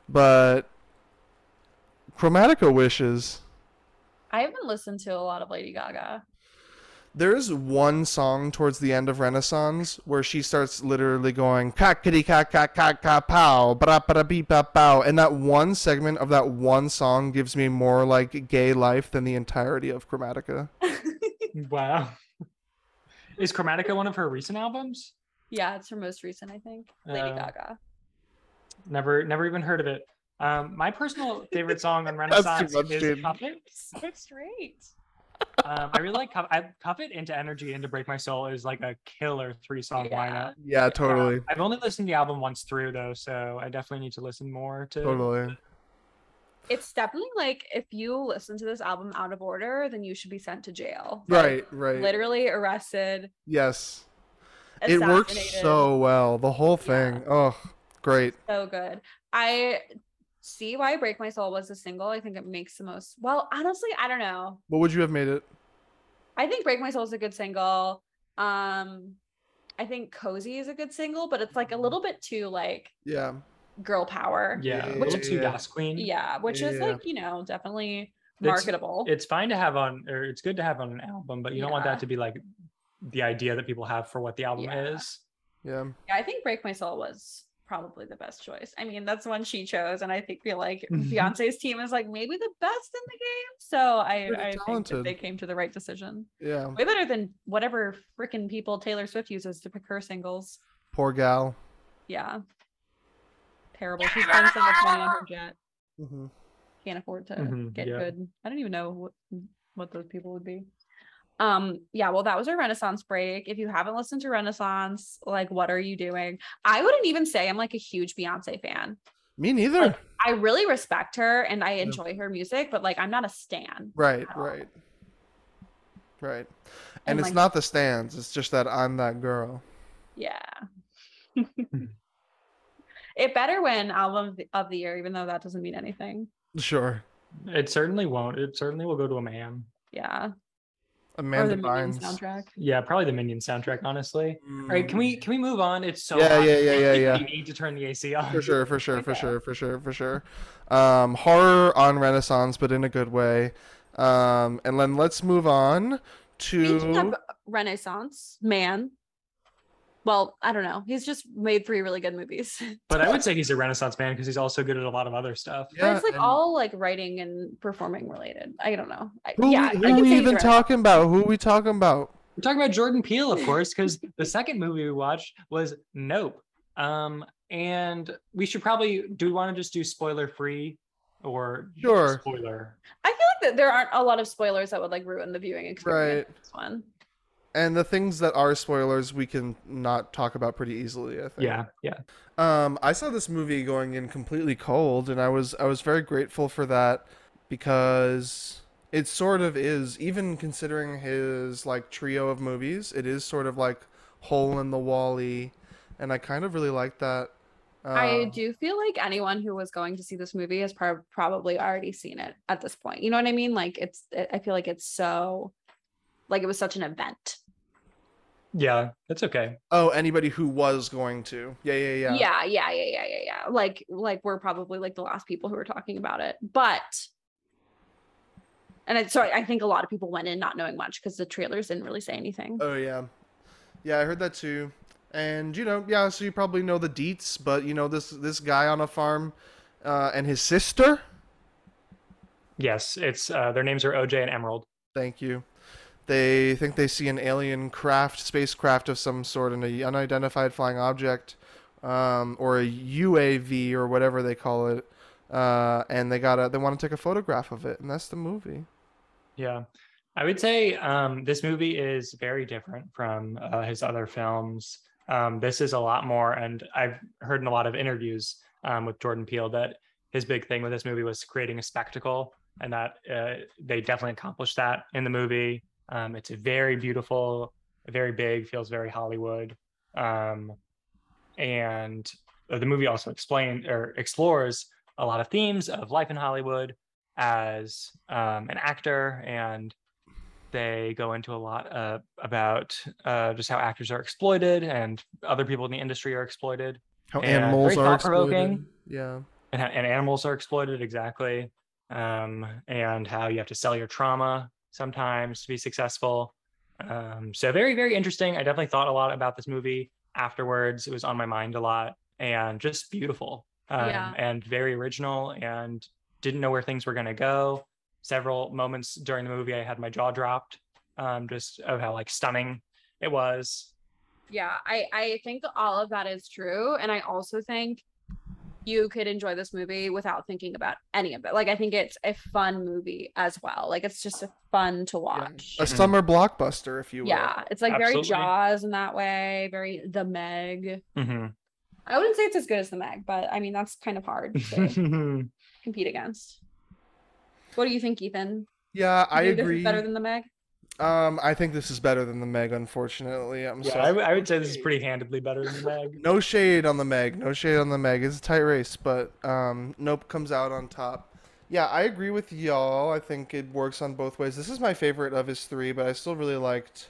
C: but Chromatica wishes.
B: I haven't listened to a lot of Lady Gaga.
C: There is one song towards the end of Renaissance where she starts literally going cockity cock cock cock cock pow ba ba beep ba pow, and that one segment of that one song gives me more like gay life than the entirety of Chromatica.
A: Wow. Is Chromatica one of her recent albums?
B: Yeah, it's her most recent, I think. Lady
A: Uh,
B: Gaga.
A: Never, never even heard of it. Um, my personal favorite song on
C: too
A: Renaissance
C: much,
A: is
C: Jaden.
A: Puppet.
B: So straight.
A: Um, I really like Cuff- I, Puppet into Energy into Break My Soul is like a killer three song
B: Yeah.
A: lineup. Um,
C: Yeah, totally,
A: I've only listened to the album once through though, so I definitely need to listen more to
C: totally.
B: it's definitely like if you listen to this album out of order, then you should be sent to jail.
C: Right, right.
B: Literally arrested.
C: Yes. It works
B: assassinated.
C: so well. The whole thing. Oh, great.
B: so good. I see why Break My Soul was a single. I think it makes the most well, honestly, I don't know.
C: What would you have made it?
B: I think Break My Soul is a good single. Um I think Cozy is a good single, but it's like a little bit too like
C: Yeah.
B: girl power.
A: Yeah,
C: Yeah.
A: a little too
C: Yeah.
A: DOS queen.
B: Yeah, which is
C: Yeah.
B: like, you know, definitely
A: It's-
B: marketable.
A: It's fine to have on, or it's good to have on an album, but you don't want
B: Yeah.
A: that to be like the idea that people have for what the album
B: Yeah.
A: is.
C: Yeah.
B: Yeah, I think Break My Soul was probably the best choice. I mean, that's one she chose, and I think feel like
C: Mm-hmm.
A: Mhm.
B: Beyonce's team is like maybe the best in the game. So I,
C: Pretty
B: I think that
C: talented.
B: they came to the right decision.
C: Yeah.
B: Way better than whatever freaking people Taylor Swift uses to pick her singles.
C: Poor gal.
B: Yeah. Terrible. She spends so much money on her jet.
C: Mm-hmm.
B: Can't afford to
A: Mhm,
B: get
A: yeah.
B: good. I don't even know what, what those people would be. Um, yeah, well, that was our Renaissance break. If you haven't listened to Renaissance, like, what are you doing? I wouldn't even say I'm like a huge Beyonce fan.
C: Me neither.
B: I really respect her and I enjoy her music, but like I'm not a stan.
C: right.
B: at all.
C: Right. Right.
B: Oh And,
C: And, it's
B: like-
C: not the stands. It's just that I'm that girl.
B: Yeah. it better win album of the, of the year, even though that doesn't mean anything.
C: Sure.
A: It certainly won't. It certainly will go to a man.
B: Yeah.
C: Amanda
B: or the Minions
C: Bynes.
B: soundtrack.
A: Yeah, probably the Minion soundtrack, honestly.
C: Mm.
A: All right, can we can we move on? It's so
C: Yeah,
A: hot.
C: yeah, yeah, yeah,
A: We
C: yeah.
A: need to turn the AC off.
C: for sure, for sure, for
B: Okay.
C: sure, for sure, for sure. Um, horror on Renaissance, but in a good way. Um, and then let's move on
B: Speaking of
C: to
B: Renaissance man. Well, I don't know. He's just made three really good movies.
A: But I would say he's a Renaissance man because he's also good at a lot of other stuff.
B: but it's like
C: and
B: all like writing and performing related. I don't know. I,
C: who
B: yeah.
C: we,
B: I
C: who
B: could
C: we
B: say he's
C: even
B: a
C: talking about? Who we talking about?
A: We're talking about Jordan Peele, of course, because the second movie we watched was Nope. Um, and we should probably do we want to just do spoiler free or
C: Sure.
A: spoiler?
B: I feel like that there aren't a lot of spoilers that would like ruin the viewing experience.
C: Right.
B: of This one.
C: And the things that are spoilers, we can not talk about pretty easily. I think.
A: Yeah, yeah.
C: Um, I saw this movie going in completely cold, and I was I was very grateful for that because it sort of is, even considering his like trio of movies, it is sort of like hole in the wally, and I kind of really like that.
B: I
C: Um,
B: do feel like anyone who was going to see this movie has prob- probably already seen it at this point. You know what I mean? Like it's, it, I feel like it's so, like it was such an event.
A: Yeah, that's okay.
C: Oh, anybody who was going to, yeah, yeah, yeah,
B: yeah, yeah, yeah, yeah, yeah, yeah. Like, like we're probably like the last people who are talking about it, but. And it, so I I think a lot of people went in not knowing much because the trailers didn't really say anything.
C: Oh yeah, yeah, I heard that too. And you know, yeah, so you probably know the deets, but you know this this guy on a farm, uh, and his sister.
A: Yes, it's uh, their names are OJ and Emerald.
C: Thank you. They think they see an alien craft, spacecraft of some sort, and a unidentified flying object, um, or a UAV or whatever they call it. Uh, and they gotta they want to take a photograph of it, and that's the movie.
A: Yeah. I would say um, this movie is very different from uh, his other films. Um, this is a lot more, and I've heard in a lot of interviews um, with Jordan Peele that his big thing with this movie was creating a spectacle, and that uh, they definitely accomplished that in the movie. Um, it's very beautiful, very big, feels very Hollywood. Um, and uh, the movie also explains or explores a lot of themes of life in Hollywood, as um, an actor and they go into a lot uh, about uh, just how actors are exploited and other people in the industry are exploited
C: How
A: Yeah,
C: animals
A: very
C: are
A: thought-provoking.
C: exploited. Yeah.
A: and, how, and animals are exploited exactly um, and how you have to sell your trauma sometimes to be successful um, so very very interesting i definitely thought a lot about this movie afterwards it was on my mind a lot and just beautiful um,
B: Yeah.
A: and very original and didn't know where things were going to go several moments during the movie i had my jaw dropped um, just of how like stunning it was
B: Yeah, I I think all of that is true, and I also think you could enjoy this movie without thinking about any of it. Like I think it's a fun movie as well. Like it's just a fun to watch. Yeah,
C: A
A: Mhm.
C: summer blockbuster, if you will.
B: it's like
A: Absolutely.
B: very Jaws in that way, very The Meg.
A: Mhm.
B: I wouldn't say it's as good as The Meg, but I mean that's kind of hard to compete against. What do you think, Ethan?
C: Yeah, I
B: You think this is
C: agree.
B: Better than the Meg.
C: um, I think this is better than the Meg. Unfortunately, I'm
A: Yeah, I
C: sorry.
A: w- I would say this is pretty handedly better than Meg.
C: No shade on the Meg. No shade on the Meg. It's a tight race, but um, Nope comes out on top. Yeah, I agree with y'all. I think it works on both ways. This is my favorite of his three, but I still really liked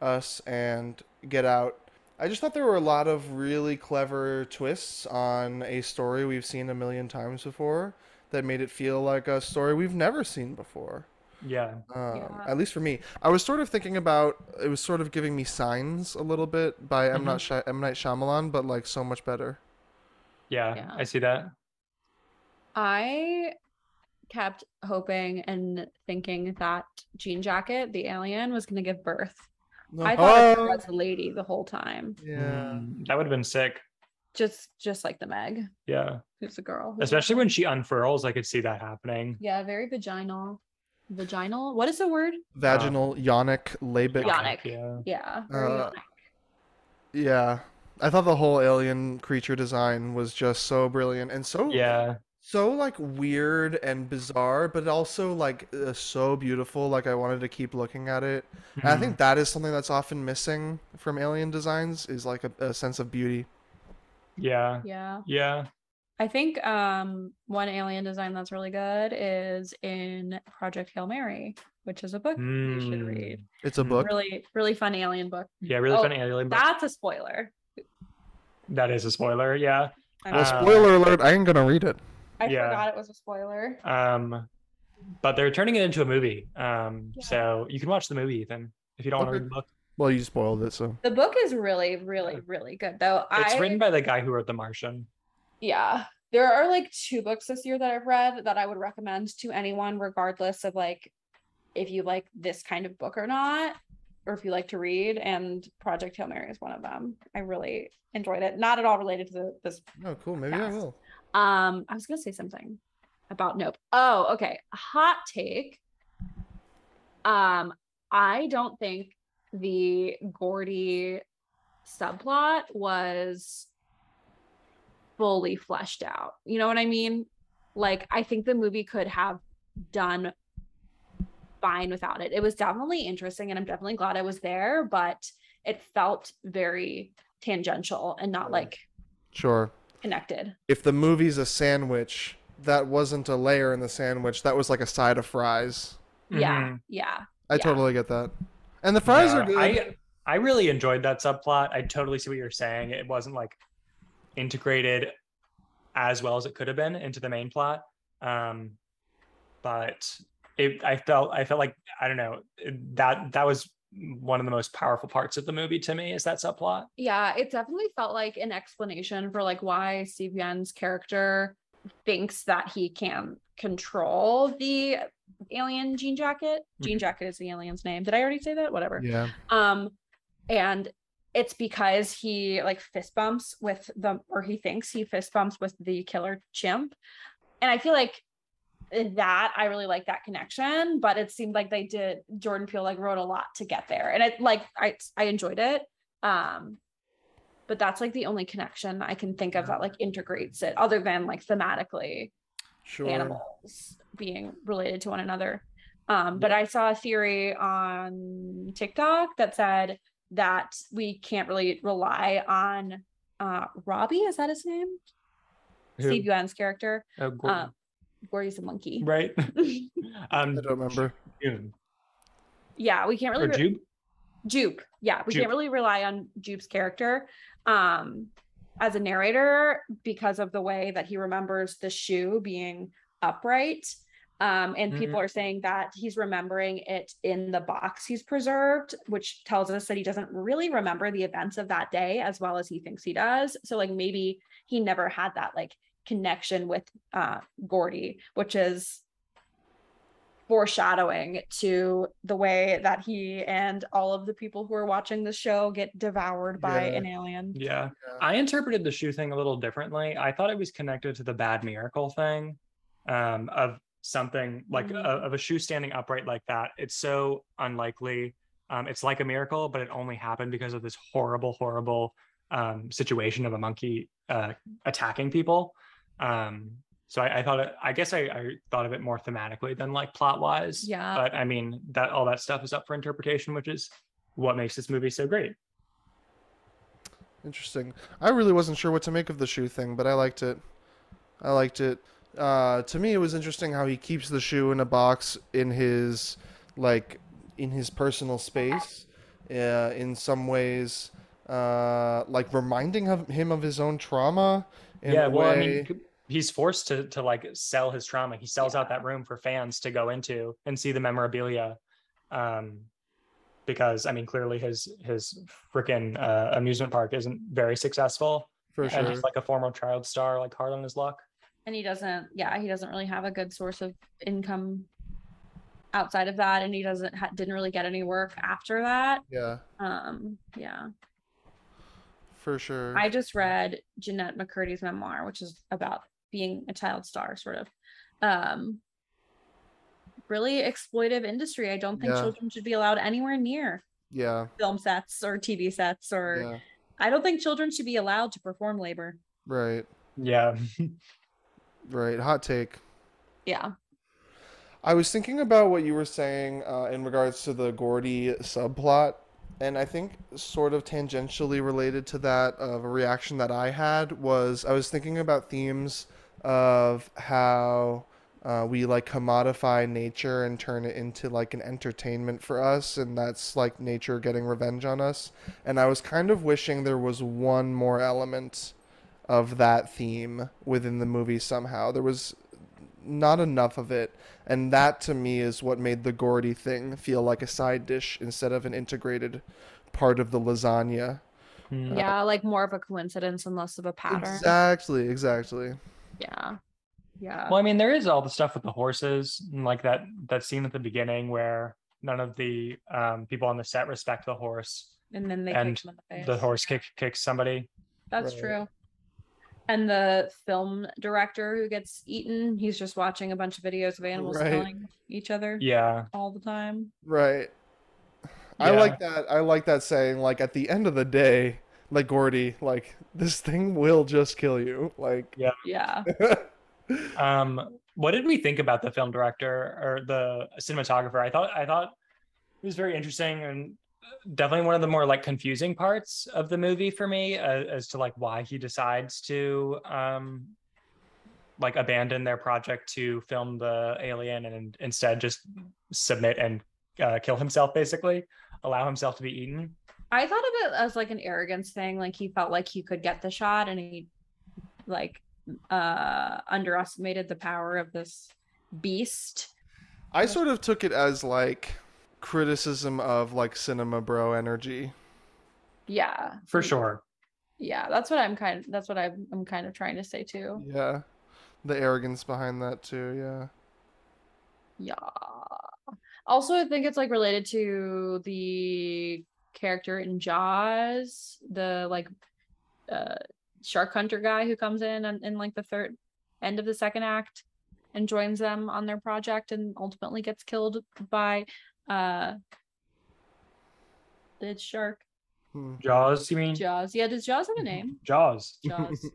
C: Us and Get Out. I just thought there were a lot of really clever twists on a story we've seen a million times before that made it feel like a story we've never seen before.
A: Yeah,
C: Um,
B: Yeah.
C: At least for me, I was sort of thinking about it was sort of giving me signs a little bit by M
A: Mhm.
B: Mm-hmm.
C: Not Shy, M Night Shyamalan, but like so much better.
A: yeah,
B: Yeah.
A: I see that.
B: I kept hoping and thinking that Jean Jacket, the alien, was going to give birth.
C: Oh,
B: I thought it was a lady the whole time,
C: yeah,
A: Mm, that would have been sick.
B: just just like the Meg,
A: Yeah,
B: who's a girl. who's-
A: especially when she unfurls, I could see that happening.
B: yeah, very vaginal. Vaginal. What is the word?
A: Ah.
C: vaginal yonic labic.
B: Yeah. Yonic.
A: Yeah,
B: Yeah. very
C: Uh,
B: yonic.
C: Yeah, I thought the whole alien creature design was just so brilliant and so
A: yeah,
C: so like weird and bizarre, but also like uh, so beautiful. Like I wanted to keep looking at it. And I
A: Mhm.
C: think that is something that's often missing from alien designs is like a, a sense of beauty.
A: yeah,
B: yeah.
A: yeah.
B: I think um one alien design that's really good is in Project Hail Mary, which is a book you should
A: Mm.
B: read.
C: It's a
A: Mm.
C: book.
B: Really, really fun alien book.
A: Yeah, really
B: Oh,
A: funny alien. But
B: That's a spoiler.
A: that is a spoiler. Yeah.
B: I'm
C: Well,
A: Uh,
C: spoiler alert, I ain't gonna read it.
B: I
A: Yeah.
B: forgot it was a spoiler.
A: Um, but they're turning it into a movie. Um,
B: Yeah.
A: so you can watch the movie, Ethan, if you don't want to
C: Okay.
A: read the book.
C: Well, you spoiled it, so.
B: The book is really, really, really good though.
A: It's
B: I
A: written by the guy who wrote The Martian.
B: yeah. There are like two books this year that I've read that I would recommend to anyone, regardless of like if you like this kind of book or not, or if you like to read. And Project Hail Mary is one of them. I really enjoyed it. Not at all related to the, this
C: Oh, cool. Maybe I
B: Yes.
C: will.
B: Um, I was gonna say something about Nope. Oh, okay. Hot take. Um, I don't think the Gordy subplot was fully fleshed out. You know what I mean? Like, I think the movie could have done fine without it. It was definitely interesting, and I'm definitely glad I was there, but it felt very tangential and not like
C: Sure.
B: connected.
C: If the movie's a sandwich, that wasn't a layer in the sandwich. That was like a side of fries.
A: Mm-hmm.
B: Yeah, yeah.
C: I
B: Yeah.
C: totally get that. And the fries
A: Yeah,
C: are good.
A: I, I really enjoyed that subplot. I totally see what you're saying. It wasn't like integrated as well as it could have been into the main plot. Um, but it, I felt, I felt like, I don't know, that, that was one of the most powerful parts of the movie to me is that subplot.
B: Yeah, it definitely felt like an explanation for like why Steve Yen's character thinks that he can control the alien jean jacket. Jean jacket is the alien's name. Did I already say that? Whatever.
C: Yeah.
B: Um, and it's because he like fist bumps with the or he thinks he fist bumps with the killer chimp. And I feel like that I really like that connection, but it seemed like they did Jordan Peele like wrote a lot to get there. And it like I I enjoyed it. Um but that's like the only connection I can think of that like integrates it other than like thematically
C: Sure.
B: animals being related to one another. Um, but I saw a theory on TikTok that said that we can't really rely on uh, Robbie. Is that his name?
A: Who-
B: Steve Yuan's character.
A: oh, Gordon,
B: Um, Gordy's a monkey.
A: right?
C: I
A: um,
C: don't remember.
A: June
B: yeah, we can't
A: or
B: really. re-
A: Jube?
B: Jupe. Yeah, we
A: Jupe.
B: can't really rely on Jupe's character um as a narrator because of the way that he remembers the shoe being upright. Um, and people are saying that he's remembering it in the box he's preserved, which tells us that he doesn't really remember the events of that day as well as he thinks he does. So, like, maybe he never had that like connection with uh, Gordy, which is foreshadowing to the way that he and all of the people who are watching the show get devoured by
C: Yeah.
B: an alien.
A: Yeah.
C: Yeah.
A: I interpreted the shoe thing a little differently. I thought it was connected to the bad miracle thing um, of something like
B: Mm.
A: a- of a shoe standing upright like that. It's so unlikely. Um, it's like a miracle, but it only happened because of this horrible, horrible um, situation of a monkey uh, attacking people. Um, So I, I thought it, I guess I, I thought of it more thematically than like plot wise.
B: Yeah.
A: But I mean that all that stuff is up for interpretation, which is what makes this movie so great.
C: Interesting. I really wasn't sure what to make of the shoe thing, but I liked it. I liked it. Uh, to me, it was interesting how he keeps the shoe in a box in his like in his personal space. Uh, in some ways, uh, like reminding of him of his own trauma. In
A: yeah.
C: a
A: Well, I
C: way.
A: mean, c- he's forced to to like sell his trauma. He sells out that room for fans to go into and see the memorabilia, um, because I mean, clearly his his freaking uh, amusement park isn't very successful,
C: for
A: and
C: sure.
A: he's like a former child star, like hard on his luck.
B: and he doesn't yeah he doesn't really have a good source of income outside of that and he doesn't ha- didn't really get any work after that
C: Yeah,
B: um yeah
C: for sure.
B: i just read jeanette mccurdy's memoir which is about being a child star sort of um really exploitive industry i don't think
C: Yeah.
B: children should be allowed anywhere near
C: yeah,
B: film sets or tv sets or
C: yeah,
B: i don't think children should be allowed to perform labor
C: right,
A: Yeah.
C: right. Hot take.
B: yeah
C: I was thinking about what you were saying uh, in regards to the Gordy subplot, and I think sort of tangentially related to that of a reaction that I had was I was thinking about themes of how uh, we like commodify nature and turn it into like an entertainment for us, and that's like nature getting revenge on us. And I was kind of wishing there was one more element of that theme within the movie somehow. There was not enough of it, and that to me is what made the Gordy thing feel like a side dish instead of an integrated part of the lasagna.
A: Hmm.
B: yeah like more of a coincidence and less of a pattern
C: Exactly, exactly.
B: yeah yeah
A: Well, I mean, there is all the stuff with the horses, and like that that scene at the beginning where none of the um, people on the set respect the horse.
B: and then they
A: and
B: kicked him in the face.
A: The horse kick kicks somebody.
B: That's
C: Right.
B: true. And the film director who gets eaten, he's just watching a bunch of videos of animals
C: Right.
B: killing each other
A: Yeah,
B: all the time.
C: Right. I
A: Yeah.
C: like that. I like that saying. Like at the end of the day, like Gordy, like this thing will just kill you. Like
B: Yeah.
A: um what did we think about the film director or the cinematographer i thought i thought it was very interesting and definitely one of the more like confusing parts of the movie for me uh, as to like why he decides to um like abandon their project to film the alien and instead just submit and uh, kill himself basically allow himself to be eaten
B: I thought of it as like an arrogance thing. Like he felt like he could get the shot and he like uh underestimated the power of this beast.
C: I sort of took it as like criticism of like cinema bro energy.
B: Yeah.
A: for sure
B: Yeah. That's what I'm kind of that's what I'm I'm kind of trying to say too.
C: Yeah. The arrogance behind that too. Yeah.
B: Yeah. Also, I think it's like related to the character in Jaws, the like uh shark hunter guy who comes in and in like the third end of the second act and joins them on their project and ultimately gets killed by uh the shark
C: Hmm.
A: jaws you mean
B: Jaws. Yeah, does Jaws have a
C: Mm-hmm.
B: name?
A: jaws
B: Jaws.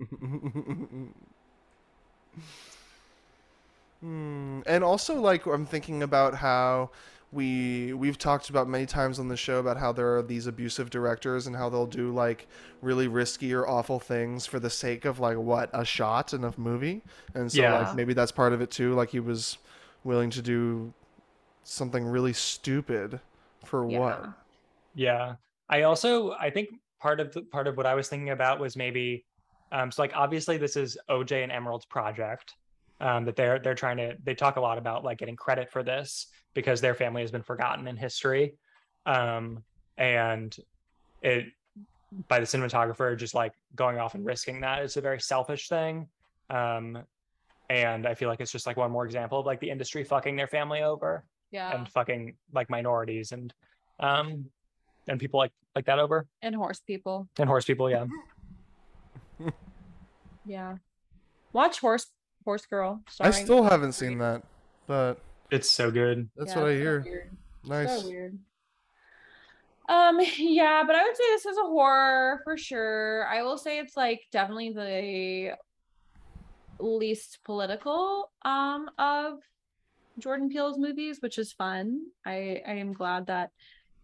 C: Hmm. And also, like I'm thinking about how we we've talked about many times on the show about how there are these abusive directors and how they'll do like really risky or awful things for the sake of like what a shot in a movie. And so
A: Yeah.
C: like maybe that's part of it too. Like he was willing to do something really stupid for what?
B: Yeah.
A: Yeah. I also I think part of the part of what I was thinking about was maybe um so like obviously this is OJ and Emerald's project. Um that they're they're trying to they talk a lot about like getting credit for this because their family has been forgotten in history. Um and it by the cinematographer just like going off and risking that is a very selfish thing. Um and I feel like it's just like one more example of like the industry fucking their family over
B: Yeah.
A: and fucking like minorities and um and people like like that over
B: and horse people.
A: and horse people yeah
B: Yeah. Watch Horse Horse Girl.
C: I
B: starring-
C: still haven't seen that, but
A: it's so good
C: that's
B: Yeah,
C: what I
B: it's so
C: hear.
B: weird.
C: Nice.
B: So weird. Um, yeah, but I would say this is a horror for sure. I will say it's like definitely the least political um of Jordan Peele's movies, which is fun. I I am glad that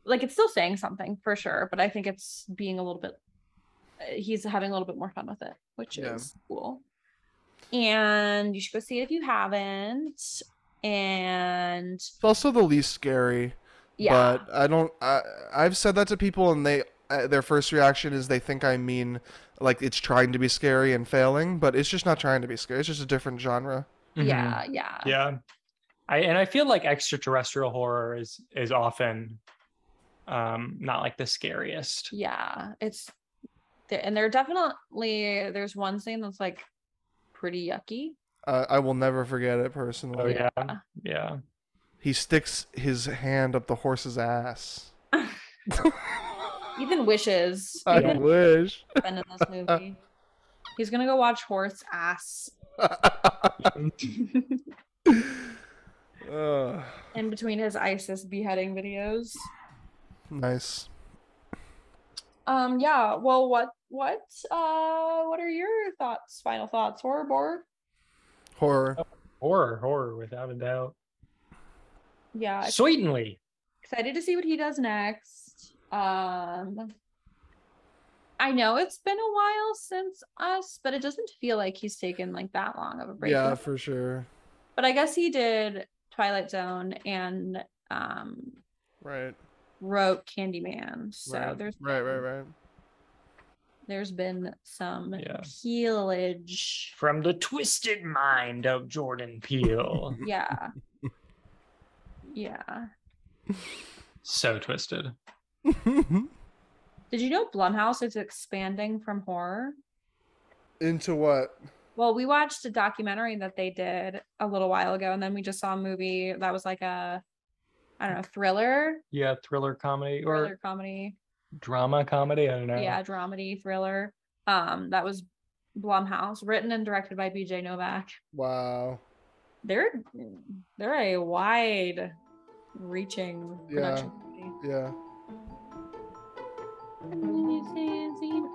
B: like it's still saying something for sure, but I think it's being a little bit uh, he's having a little bit more fun with it, which
C: Yeah.
B: is cool. And you should go see it if you haven't. And
C: It's also the least scary.
B: yeah,
C: But I don't. I I've said that to people, and they uh, their first reaction is they think I mean like it's trying to be scary and failing, but it's just not trying to be scary. It's just a different genre.
B: yeah, yeah,
A: Mhm. Yeah. I and I feel like extraterrestrial horror is is often um not like the scariest.
B: yeah it's there and there are definitely there's one scene that's like pretty yucky
C: Uh, I will never forget it
A: Oh
C: personally.
A: yeah. Yeah.
C: He sticks his hand up the horse's ass.
B: even wishes
C: I
B: even
C: wish.
B: been in this movie he's gonna go watch horse ass
C: Ugh,
B: in between his isis beheading videos
C: nice.
B: um yeah well what what uh what are your thoughts final thoughts horror board
C: Horror.
A: Horror, horror without a doubt.
B: yeah ex-
A: Certainly.
B: excited to see what he does next um I know it's been a while since us, but it doesn't feel like he's taken like that long of a break.
C: Yeah, for sure.
B: but I guess he did Twilight Zone and um,
C: Right.
B: wrote Candyman. So
C: right.
B: there's
C: right, right, right.
B: there's been some
A: Yeah.
B: healage.
A: From the twisted mind of Jordan Peele.
B: Yeah. yeah.
A: so twisted.
B: Did you know Blumhouse is expanding from horror?
C: Into what?
B: Well, we watched a documentary that they did a little while ago, and then we just saw a movie that was like a, I don't know, thriller,
A: Yeah, thriller comedy or
B: thriller comedy.
A: drama comedy. I don't know.
B: yeah dramedy thriller um that was blumhouse written and directed by bj novak
C: Wow.
B: they're they're a wide reaching
C: Yeah.
B: production
C: Yeah.
B: company.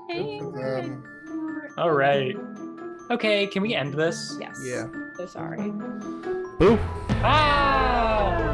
C: Good for them.
A: All right. Okay, can we end this?
B: yes
C: Yeah.
B: so sorry
C: Boo.
A: Ah!
B: Oh.